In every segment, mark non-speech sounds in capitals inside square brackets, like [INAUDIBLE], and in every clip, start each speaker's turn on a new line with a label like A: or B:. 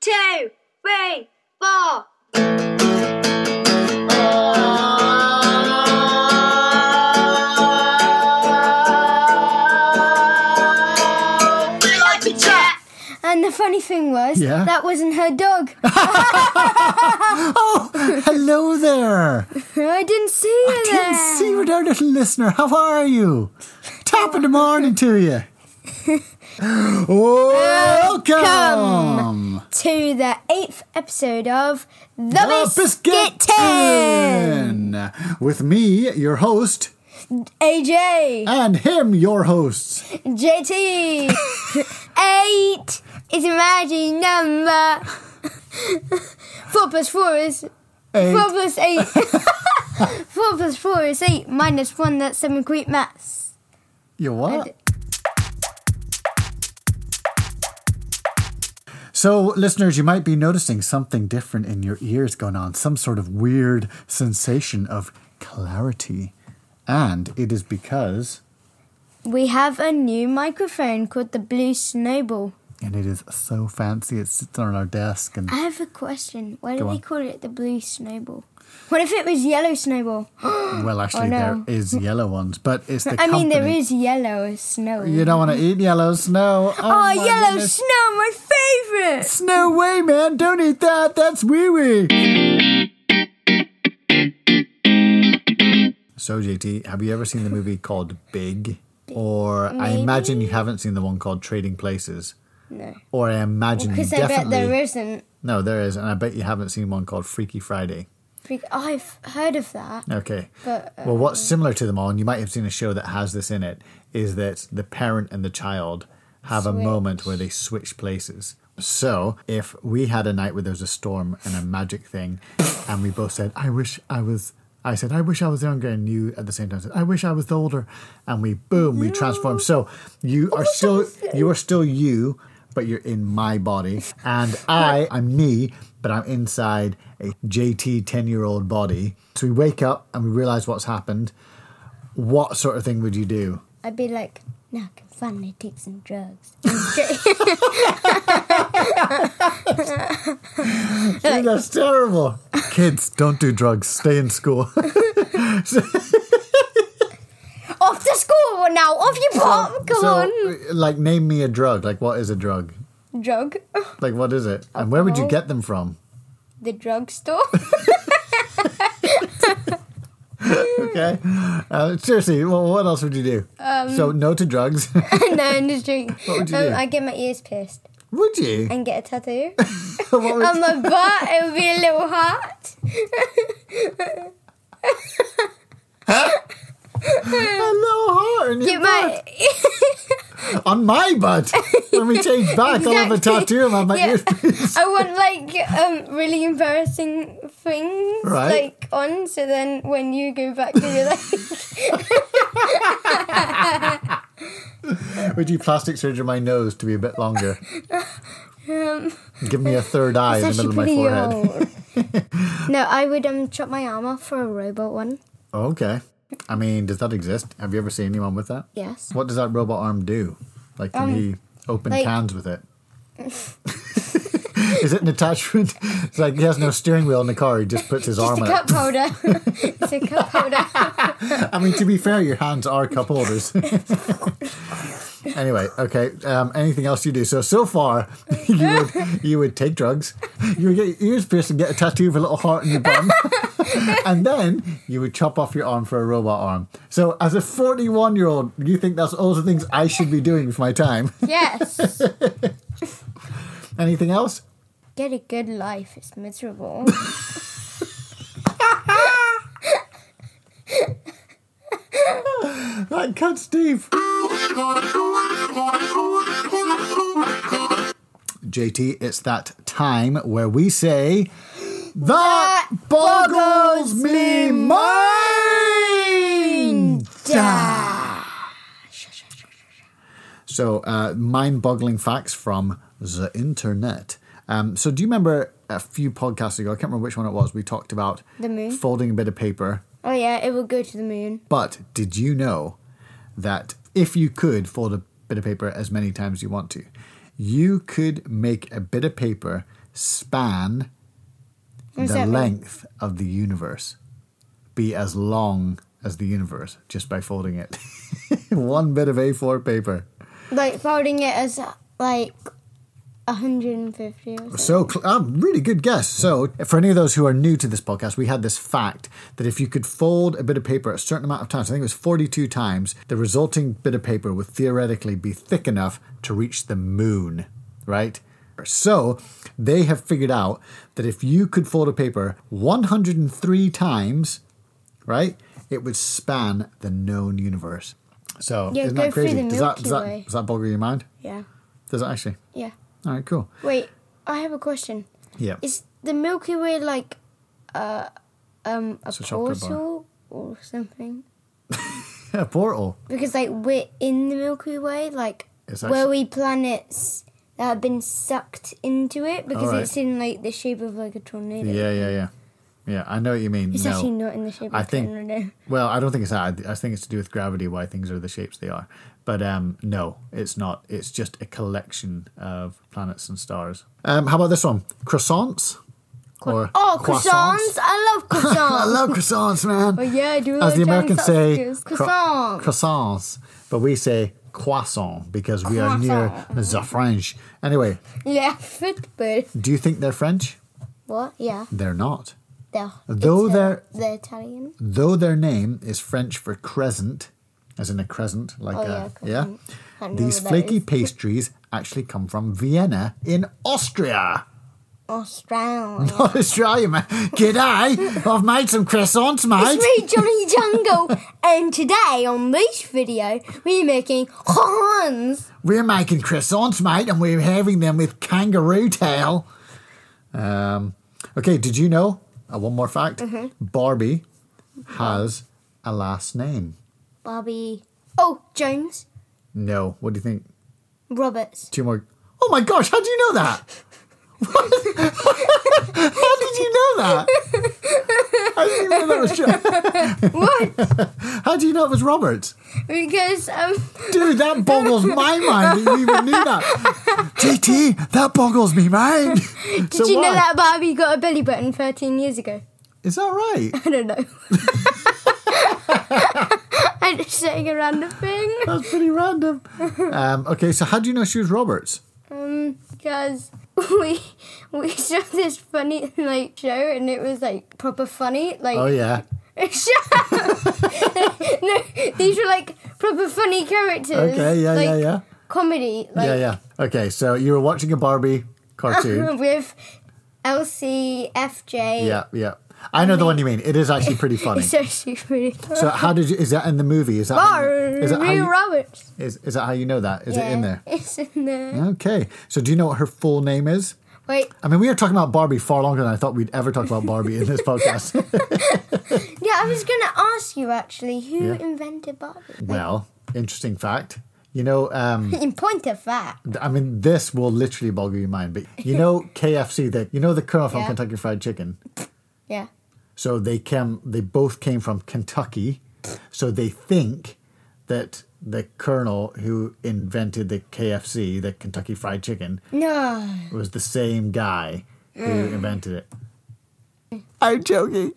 A: two, three, four.
B: And the funny thing was,
C: Yeah?
B: that wasn't her dog. [LAUGHS]
C: Hello there.
B: I didn't see her
C: Didn't
B: there.
C: see you there, little listener. How are you? Top of the morning to
B: [LAUGHS]
C: you. Welcome.
B: to the eighth episode of The,
C: The
B: Biscuit, Tin.
C: Tin. With me, your host,
B: AJ,
C: and him, your host.
B: JT. [LAUGHS] Eight is a magic number. [LAUGHS] four plus four is
C: Eight.
B: four plus eight. [LAUGHS] four plus four is eight minus one. That's seven. Great maths.
C: You what? So, listeners, you might be noticing something different in your ears going on, some sort of weird sensation of clarity. And it is because,
B: We have a new microphone called the Blue Snowball.
C: and it is so fancy, it sits on our desk. And
B: I have a question. Why do
C: Go
B: they
C: on.
B: call it the Blue Snowball? What if it was Yellow Snowball?
C: well, actually,
B: no.
C: there is yellow ones, but it's the
B: Ah, [LAUGHS] I mean, there
C: company-
B: is yellow snow.
C: You don't want to eat
B: [LAUGHS]
C: yellow snow. Oh,
B: Oh,
C: my
B: yellow
C: goodness.
B: snow, my favorite.
C: No way, man. Don't eat that. That's wee wee. So, JT, have you ever seen the movie called Big? Or I imagine you haven't seen the one called Trading Places.
B: No,
C: Or I imagine you
B: because I bet
C: Mm, definitely.
B: there isn't.
C: No, there is. And I bet you haven't seen one called Freaky Friday.
B: Freak- I've heard of that,
C: Okay.
B: but uh,
C: Well, what's similar to them all, and you might have seen a show that has this in it, is that the parent and the child have a moment where they switch places. So, if we had a night where there was a storm and a magic thing, and we both said, I wish I was. I said, I wish I was younger, and you at the same time said, I wish I was older, and we boom, we transform. So you are still you are still you, but you're in my body, and I I'm me, but I'm inside a JT ten year old body. So we wake up and we realize what's happened. What sort of thing would you do?
B: I'd be like, now I can finally take some drugs.
C: Dude, that's terrible. Kids, don't do drugs. Stay in
B: [LAUGHS]
C: school.
B: off to school now. Off you pop. Come
C: so, like, name me a drug. Like, what is a drug?
B: on, drug. [LAUGHS]
C: Like, what is it? And where would you
B: Alcohol.
C: get them from?
B: The drugstore. [LAUGHS]
C: Okay. Uh, seriously, well, what else would you do?
B: Um,
C: so, no to drugs. [LAUGHS]
B: no, I'm just joking. Um,
C: What would you do?
B: I get my ears pierced
C: would you?
B: and get a tattoo
C: [LAUGHS] What would-
B: on
C: [LAUGHS]
B: my butt. It would be a little heart.
C: Hello, heart. in your
B: Get my
C: butt. On my butt. when we
B: [LAUGHS]
C: change back, I'll have a
B: Exactly.
C: tattoo of my
B: Yeah.
C: earpiece.
B: I want like um really embarrassing things
C: Right.
B: like on, so then when you go back to your [LAUGHS] life,
C: [LAUGHS] Would you plastic surgery my nose to be a bit longer?
B: [LAUGHS] um,
C: Give me a third eye in the
B: it's
C: middle
B: actually
C: of
B: pretty
C: my
B: uh,
C: forehead.
B: old. no, I would um chop my arm off for a robot one.
C: Oh, Okay. I mean, does that exist? Have you ever seen anyone with that?
B: Yes. Um,
C: What does that robot arm do? Like, can he open
B: like-
C: cans with it? [LAUGHS] Is it an attachment? It's like he has no steering wheel in the car. He just puts his
B: Just
C: arm
B: a
C: in
B: cup holder. [LAUGHS] it's a cup holder.
C: it. I mean, to be fair, your hands are cup holders. [LAUGHS] anyway, okay. Um, anything else you do? So so far, [LAUGHS] you would you would take drugs. You would get your ears pierced and get a tattoo of a little heart in your bum. [LAUGHS] and then you would chop off your arm for a robot arm. So, as a 41 year old, you think that's all the things I should be doing with my time? [LAUGHS]
B: Yes.
C: Anything else?
B: Get a good life. It's miserable.
C: That cuts deep. JT, it's that time where we say, That boggles me mind! So, uh, mind boggling facts from the internet. Um, so, do you remember a few podcasts ago? I can't remember which one it was. We talked about
B: The moon.
C: folding a bit of paper.
B: oh yeah, it will go to the moon.
C: But did you know that if you could fold a bit of paper as many times as you want to, you could make a bit of paper span
B: What's
C: the
B: that mean?
C: length of the universe. Be as long as the universe just by folding it. [LAUGHS] One bit of A4 paper.
B: Like folding it as like 150 or something.
C: So, cl- ah, really good guess. So, for any of those who are new to this podcast, we had this fact that if you could fold a bit of paper a certain amount of times, I think it was 42 times, the resulting bit of paper would theoretically be thick enough to reach the moon, right? So, they have figured out that if you could fold a paper 103 times, right, it would span the known universe. So,
B: Yeah,
C: isn't
B: go
C: that
B: through
C: crazy?
B: the
C: does, that, does,
B: Milky
C: that,
B: Way.
C: does that boggle your mind?
B: Yeah.
C: Does it actually?
B: Yeah.
C: All right, cool.
B: Wait, I have a question.
C: Yeah.
B: Is the Milky Way like uh, um, a
C: It's a chocolate bar.
B: portal or something?
C: a [LAUGHS] portal.
B: Because like we're in the Milky Way, like
C: It's
B: where we planets that have been sucked into it because
C: Alright.
B: it's in like the shape of like a tornado.
C: Yeah, yeah, yeah. Yeah, I know what you mean.
B: It's
C: no.
B: actually not in the shape
C: I
B: of a
C: think-
B: tornado.
C: well, I don't think it's that. I think it's to do with gravity, why things are the shapes they are. But um, no, it's not. It's just a collection of planets and stars. Um, how about this one? Croissants? Or
B: Oh, croissants! I
C: [LAUGHS]
B: love croissants.
C: I love croissants, man.
B: Oh yeah, I do.
C: As
B: love
C: the
B: jam
C: Americans say,
B: sausages.
C: cro-
B: croissant.
C: croissants. But we say croissant because we are near the French. Anyway,
B: yeah, football.
C: do you think they're French?
B: What? Yeah,
C: They're not.
B: they're
C: Though
B: it's, uh,
C: they're-
B: they're Italian.
C: though their name is French for crescent, as in a crescent, like
B: Oh,
C: a,
B: yeah,
C: yeah.
B: crescent. I don't know what
C: These
B: that
C: flaky
B: is. [LAUGHS]
C: pastries actually come from Vienna in Austria. [LAUGHS]
B: Australian.
C: Not Australia, man. G'day. I've made some croissants, mate.
B: It's me, Johnny Jungle, and today on this video, we're making horns.
C: We're making croissants, mate, and we're having them with kangaroo tail. Um, okay, did you know? Uh, one more fact.
B: Mm-hmm.
C: Barbie has a last name.
B: Bobby. Oh, Jones.
C: No. What do you think?
B: Roberts.
C: two more. Oh my gosh, how do you know that? What? how did you know that? I didn't even know that was true.
B: what?
C: How do you know it was Robert?
B: Because, um,
C: Dude, that boggles my mind that you even knew that. TT, that boggles me, man.
B: did you know that Barbie got a belly button 13 years ago?
C: Is that right?
B: I don't know. [LAUGHS] I'm just saying a random thing.
C: That's pretty random. Um, okay, so how do you know she was Roberts?
B: Um, because we we saw this funny like show and it was like proper funny like
C: Oh yeah.
B: Shut up. [LAUGHS] no, these were like proper funny characters.
C: Okay, yeah,
B: like,
C: yeah, yeah.
B: Comedy, like [LAUGHS]
C: Yeah, yeah. Okay, so you were watching a Barbie cartoon.
B: with Elsie, FJ.
C: yeah, yeah. I know the one you mean. It is actually pretty funny.
B: It's actually pretty funny.
C: So how did you? Is that in the movie? Is that how you- is that how
B: Barbie
C: you,
B: Roberts.
C: is, is that how you know that? Is it
B: Yeah,
C: in there?
B: It's in there.
C: Okay. So do you know what her full name is?
B: Wait,
C: I mean, we are talking about Barbie far longer than I thought we'd ever talk about Barbie in this
B: [LAUGHS]
C: podcast.
B: yeah, I was gonna ask you actually who
C: Yeah.
B: invented Barbie.
C: well, interesting fact. You know, um,
B: In point of fact,
C: I mean, this will literally boggle your mind, but you
B: [LAUGHS]
C: know, KFC, the you know the Colonel from
B: Yeah.
C: Kentucky Fried Chicken.
B: yeah,
C: So they came. They both came from Kentucky. So they think that the Colonel who invented the KFC, the Kentucky Fried Chicken, [LAUGHS]
B: no,
C: It was the same guy who invented it. I'm joking.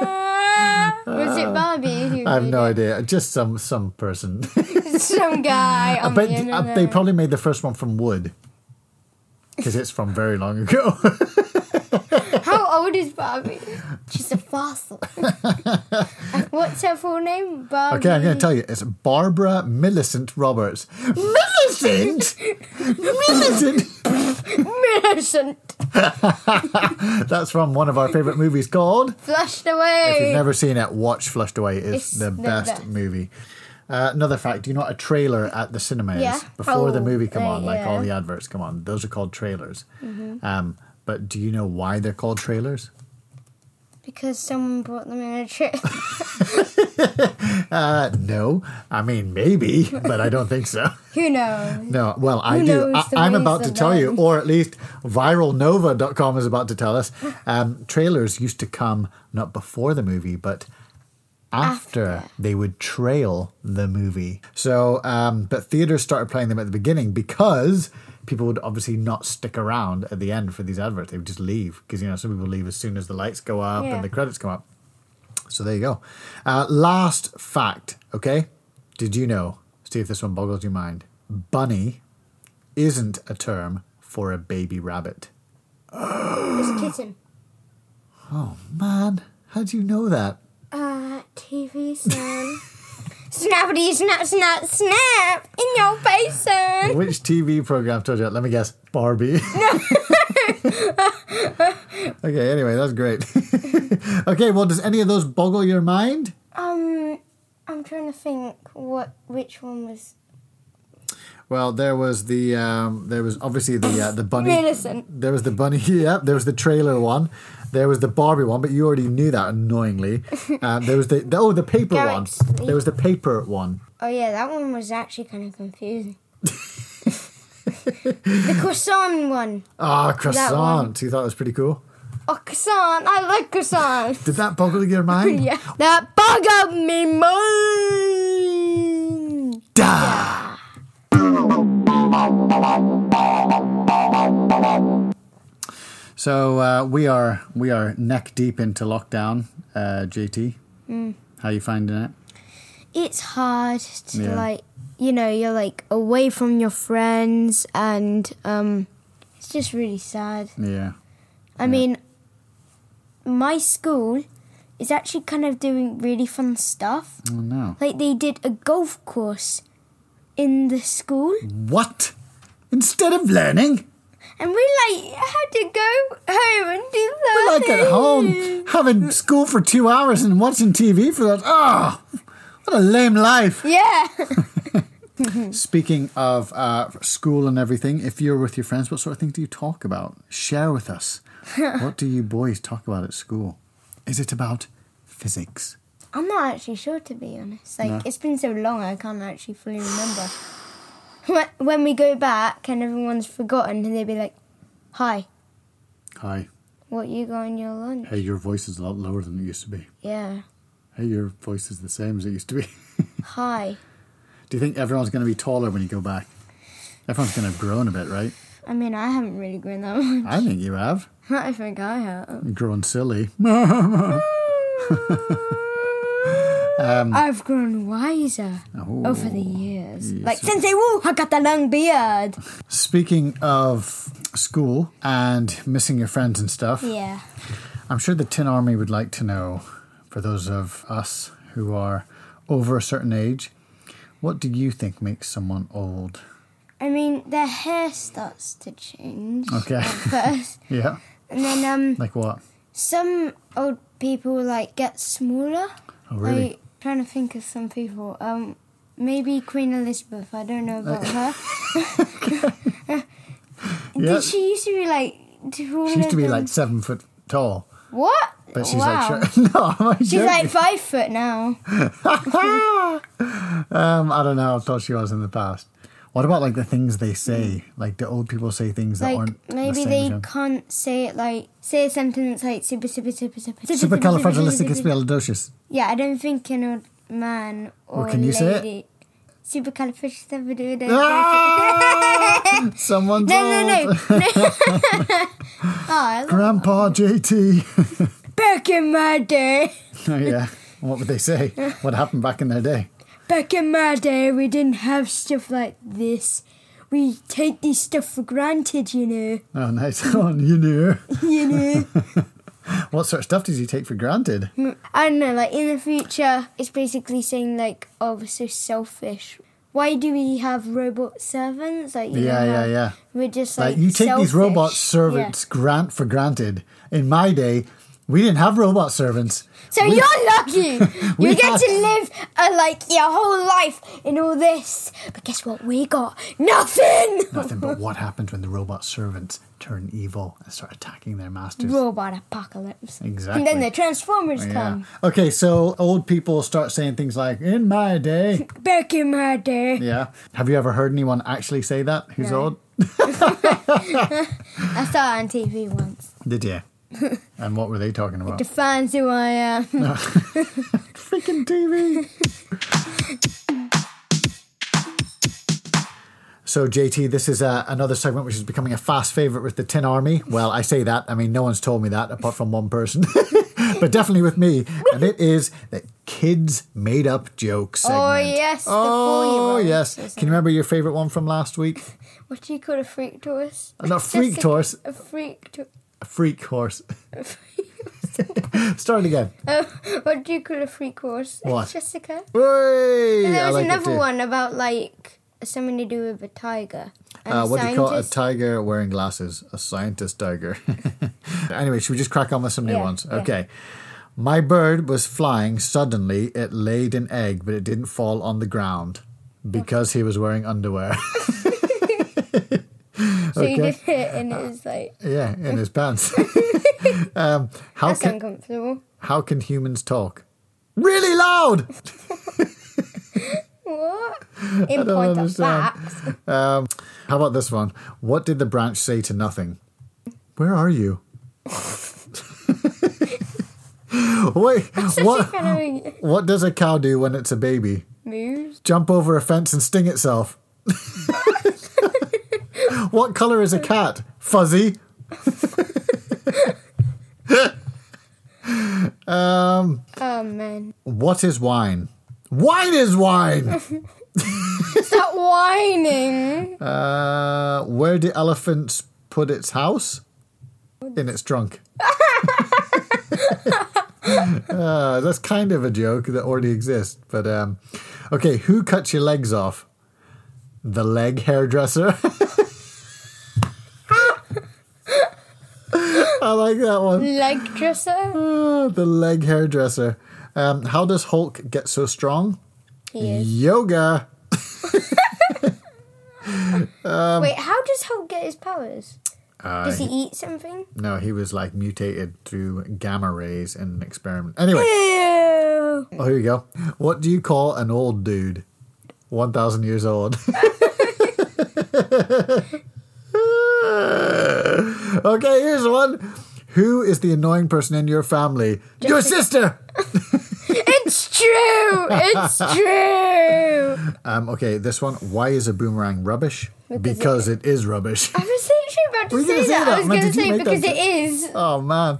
B: was it Barbie? Who
C: I have
B: did
C: no
B: it?
C: idea. Just some some person. [LAUGHS]
B: Some guy on
C: but
B: the
C: uh,
B: internet.
C: they probably made the first one from wood because it's from very long ago. [LAUGHS]
B: How old is Barbie? She's a fossil.
C: [LAUGHS]
B: What's her full name? Barbie.
C: okay, I'm going to tell you. It's Barbara Millicent Roberts. Millicent. Millicent.
B: Millicent.
C: That's from one of our favorite movies called.
B: Flushed
C: If
B: away.
C: you've never seen it, watch Flushed Away.
B: It's
C: It's, the,
B: the
C: best,
B: best.
C: movie. Uh, another fact, do you know what a trailer at the cinema is?
B: Yeah.
C: Before the
B: Oh,
C: movie come
B: uh,
C: on, like
B: yeah.
C: all
B: Mm-hmm.
C: the adverts come on. Those are called trailers. Um, but do you know why they're called trailers?
B: because someone brought them in a trip. [LAUGHS]
C: Uh, no. I mean, maybe, [LAUGHS] but I don't think so.
B: Who knows?
C: No, well, I
B: Who
C: do.
B: knows
C: I,
B: the
C: I'm about to
B: reason
C: tell you,
B: then?
C: or at least viralnova.com is about to tell us. Um, trailers used to come not before the movie, but after,
B: After.
C: they would trail the movie. So, um, but theaters started playing them at the beginning because people would obviously not stick around at the end for these adverts. They would just leave because, you know, some people leave as soon as the lights go up
B: Yeah.
C: and the credits come up. So there you go. Uh, last fact, okay? Did you know, see if this one boggles your mind, bunny isn't a term for a baby rabbit.
B: It's a kitten.
C: Man, how do you know that?
B: Uh, TV son.
C: [LAUGHS]
B: Snappity snap snap snap in your face, son.
C: Which TV program told you that? Let me guess. Barbie. [LAUGHS] okay, anyway, that's great. [LAUGHS] okay, well, does any of those boggle your mind?
B: Um, I'm trying to think what which one was
C: Well, there was the um, there was obviously the uh, the bunny.
B: Innocent.
C: There was the bunny. [LAUGHS] Yeah, there was the trailer one. There was the Barbie one, but you already knew that
B: [LAUGHS]
C: annoyingly. Um, there was the, the oh the paper
B: Garrett's
C: one. There was the paper one.
B: Oh yeah, that one was actually kind of
C: [LAUGHS]
B: confusing. the croissant one.
C: Ah,
B: one.
C: croissant. You thought it was pretty cool.
B: Oh, croissant! I like croissant. [LAUGHS]
C: Did that boggle your mind?
B: yeah, that bug up me mind.
C: Da. So uh, we are we are neck deep into lockdown, uh, JT.
B: Mm.
C: How you finding it?
B: It's hard to
C: Yeah.
B: like, you know, you're like away from your friends, and um, it's just really sad.
C: Yeah.
B: I mean, my school is actually kind of doing really fun stuff.
C: Oh no.
B: Like they did a golf course in the school.
C: Mm. What? Instead of learning,
B: And we like had to go home and do that.
C: we're like at home having school for two hours and watching TV for that. Oh, what a lame life.
B: Yeah.
C: Speaking of uh, school and everything, if you're with your friends, what sort of things do you talk about? Share with us. what do you boys talk about at school? Is it about physics?
B: I'm not actually sure to be honest. Like
C: No.
B: it's been so long I can't actually fully remember. When- when we go back and everyone's forgotten and they'd be like, Hi,
C: Hi.
B: what you got on your lunch?
C: Hey, your voice is a lot lower than it used to be.
B: Yeah.
C: Hey, your voice is the same as it used to be. [LAUGHS]
B: Hi.
C: do you think everyone's going to be taller when you go back? Everyone's going to have grown a bit, right?
B: I mean I haven't really grown that [LAUGHS] much.
C: I think you have.
B: I think I have.
C: Grown silly. Um,
B: I've grown wiser
C: Oh.
B: over the years. Like since they walk, I got the long beard.
C: Speaking of school and missing your friends and stuff.
B: Yeah.
C: I'm sure the Tin Army would like to know, for those of us who are over a certain age, what do you think makes someone old?
B: I mean, their hair starts to change
C: Okay.
B: first,
C: yeah.
B: and then um,
C: Like what?
B: some old people like get smaller.
C: Oh, really?
B: Like, trying to think of some people. Um, maybe Queen Elizabeth. I don't know about her.
C: [LAUGHS] Yeah.
B: Did she used to be like taller
C: She used to be
B: than-
C: like seven foot tall,
B: what?
C: but she's
B: wow.
C: like, sure. [LAUGHS] no, am I
B: She's
C: joking?
B: like five foot now.
C: um, I don't know how tall she was in the past. What about like the things they say? Like the old people say things that
B: Like
C: aren't
B: maybe
C: the same
B: they
C: as young.
B: can't say it. Like say a sentence like super super super super super
C: Supercalifragilisticexpialidocious.
B: Yeah, I don't think an old man or
C: can you
B: lady.
C: say it?
B: Supercalifragilistic- [LAUGHS]
C: Ah! Someone's
B: No, no,
C: old.
B: no. oh, [LAUGHS]
C: Grandpa JT.
B: back in my day,
C: Oh yeah. What would they say? What happened back in their day?
B: back in my day, we didn't have stuff like this. We take this stuff for granted, you know.
C: Oh, nice [LAUGHS] one, you knew.
B: You know.
C: [LAUGHS] What sort of stuff did you take for granted?
B: I don't know. Like in the future, it's basically saying like, "Oh, we're so selfish. Why do we have robot servants? Like, you
C: Yeah,
B: know
C: yeah,
B: how
C: yeah.
B: We're just like,
C: Like you take these robot
B: selfish.
C: servants grant for granted. In my day, we didn't have robot servants.
B: Yeah. So
C: [LAUGHS]
B: you're lucky.
C: We
B: you get
C: had-
B: to live a, like your whole life in all this. But guess what? We got nothing.
C: [LAUGHS] Nothing but what happens when the robot servants turn evil and start attacking their masters.
B: Robot apocalypse.
C: Exactly.
B: And then the Transformers
C: yeah.
B: come.
C: Okay, so old people start saying things like, in my day.
B: Back in my day.
C: Yeah. Have you ever heard anyone actually say that who's
B: No.
C: old?
B: I saw it on TV once.
C: Did you? and what were they talking about?
B: Defines who I am.
C: Freaking TV. [LAUGHS] So JT, this is uh, another segment which is becoming a fast favorite with the Tin Army. Well, I say that. I mean, no one's told me that apart from one person, [LAUGHS] but definitely with me. And it is the kids made up joke segment.
B: Oh yes, the
C: Oh
B: four-year-old.
C: yes. Can you remember your favorite one from last week?
B: What do you call a freak horse?
C: Not a freak
B: Just
C: horse.
B: A freak. To-
C: A freak horse. [LAUGHS] Start it again.
B: oh, what do you call a freak horse?
C: What?
B: Jessica.
C: Whey!
B: There
C: I
B: was
C: like it
B: another
C: too.
B: one about like something to do with a tiger. And
C: Uh,
B: a
C: what do you call it? a
B: scientist-
C: tiger wearing glasses? A scientist tiger. [LAUGHS] anyway, should we just crack on with some new
B: Yeah,
C: ones?
B: yeah.
C: Okay. My bird was flying. Suddenly, it laid an egg, but it didn't fall on the ground
B: Oh.
C: because he was wearing underwear. [LAUGHS]
B: So you
C: okay.
B: did it, and it was
C: [LAUGHS]
B: like
C: yeah, in his
B: [LAUGHS]
C: pants. [LAUGHS] um, how
B: that's
C: can
B: uncomfortable.
C: how can humans talk? Really loud. [LAUGHS]
B: What? In point of
C: understand.
B: facts. [LAUGHS]
C: Um, how about this one? What did the branch say to nothing? Where are you? [LAUGHS] Wait, what?
B: Kind of
C: What does a cow do when it's a baby?
B: moves.
C: Jump over a fence and sting itself. what color is a cat? Fuzzy.
B: Oh man,
C: What is wine? Wine is wine.
B: stop whining.
C: [LAUGHS] Uh, where do elephants put its house? In its trunk. uh, that's kind of a joke that already exists, but um, okay. Who cuts your legs off? The leg hairdresser. [LAUGHS] I like that one.
B: Leg dresser.
C: Ah, the leg hairdresser. Um, how does Hulk get so strong?
B: He is.
C: Yoga. Um,
B: Wait, how does Hulk get his powers?
C: uh,
B: does he eat something?
C: No, he was like mutated through gamma rays in an experiment. Anyway,
B: Ew.
C: oh, here you go. What do you call an old dude? 1,000 years old. [LAUGHS] okay, here's one. Who is the annoying person in your family? Your sister!
B: It's true.
C: [LAUGHS]
B: It's true.
C: Um, okay, this one. Why is a boomerang rubbish?
B: Because
C: Because it is rubbish. [LAUGHS]
B: I was literally about to
C: Were you gonna
B: say,
C: say
B: that. I
C: that?
B: was
C: Man,
B: going to
C: did you
B: say
C: make that
B: because
C: joke? Um,
B: it is.
C: Oh, man.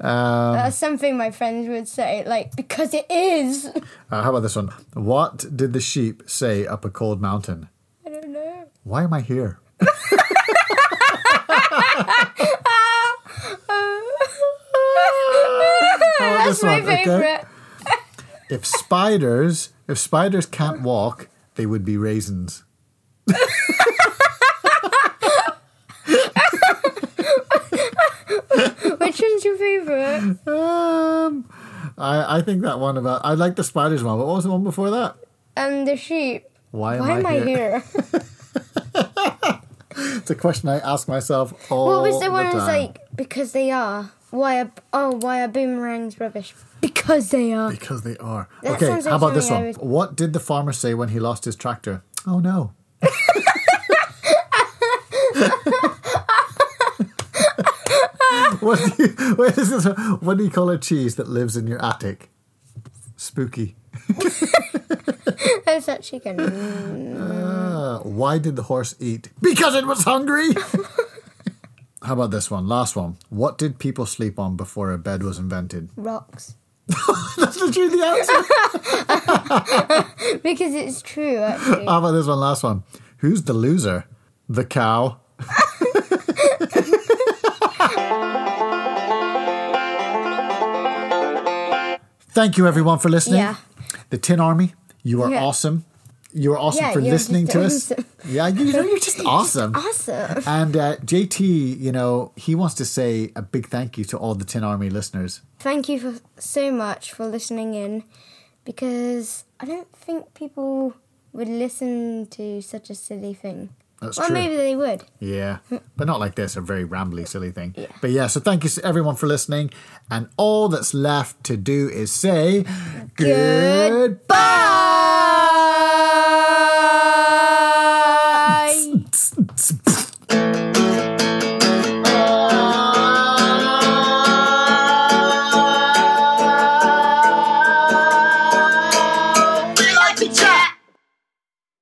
B: That's something my friends would say, like because it
C: [LAUGHS]
B: is. [LAUGHS]
C: Uh, how about this one? What did the sheep say up a cold mountain?
B: I don't know.
C: Why am I here?
B: That's
C: Oh,
B: [LAUGHS]
C: this
B: my
C: one, okay.
B: favorite.
C: If spiders, if spiders can't walk, they would be raisins.
B: Which one's your
C: [LAUGHS]
B: favorite?
C: Um, I, I think that one about I like the spiders one, but what was the one before that?
B: Um, the sheep.
C: Why am,
B: Why am
C: I, here?
B: here?
C: [LAUGHS] It's a question I ask myself all
B: What was the one
C: time.
B: that's like because they are? Why are oh why are boomerangs rubbish? Because they are. [LAUGHS]
C: because they are.
B: That
C: okay,
B: sounds like
C: how about this
B: something
C: one?
B: I
C: What did the farmer say when he lost his tractor?
B: [LAUGHS]
C: Oh no. what, do you, what, is this, what do you call a cheese that lives in your attic? Spooky.
B: That's actually kind of.
C: Uh, why did the horse eat? Because it was hungry. How about this one? Last one. What did people sleep on before a bed was invented? [LAUGHS]
B: Rocks.
C: That's literally the answer.
B: Because it's true,
C: [LAUGHS]
B: actually.
C: How about this one? Last one. Who's the loser? The cow. [LAUGHS] Thank you, everyone, for listening.
B: Yeah.
C: The Tin Army, you are
B: Yeah.
C: awesome. You are awesome
B: Yeah,
C: for
B: you're
C: listening to us.
B: just awesome.
C: [LAUGHS] Yeah, you know, you're
B: [LAUGHS]
C: just awesome.
B: Awesome.
C: And uh, JT, you know, he wants to say a big thank you to all the Tin Army listeners.
B: Thank you for, so much for listening in because I don't think people would listen to such a silly thing.
C: That's
B: well,
C: true.
B: maybe they would.
C: Yeah, but not like this, a very rambly, silly thing.
B: Yeah.
C: But yeah, so thank you to everyone for [LAUGHS] listening. And all that's left to do is say goodbye.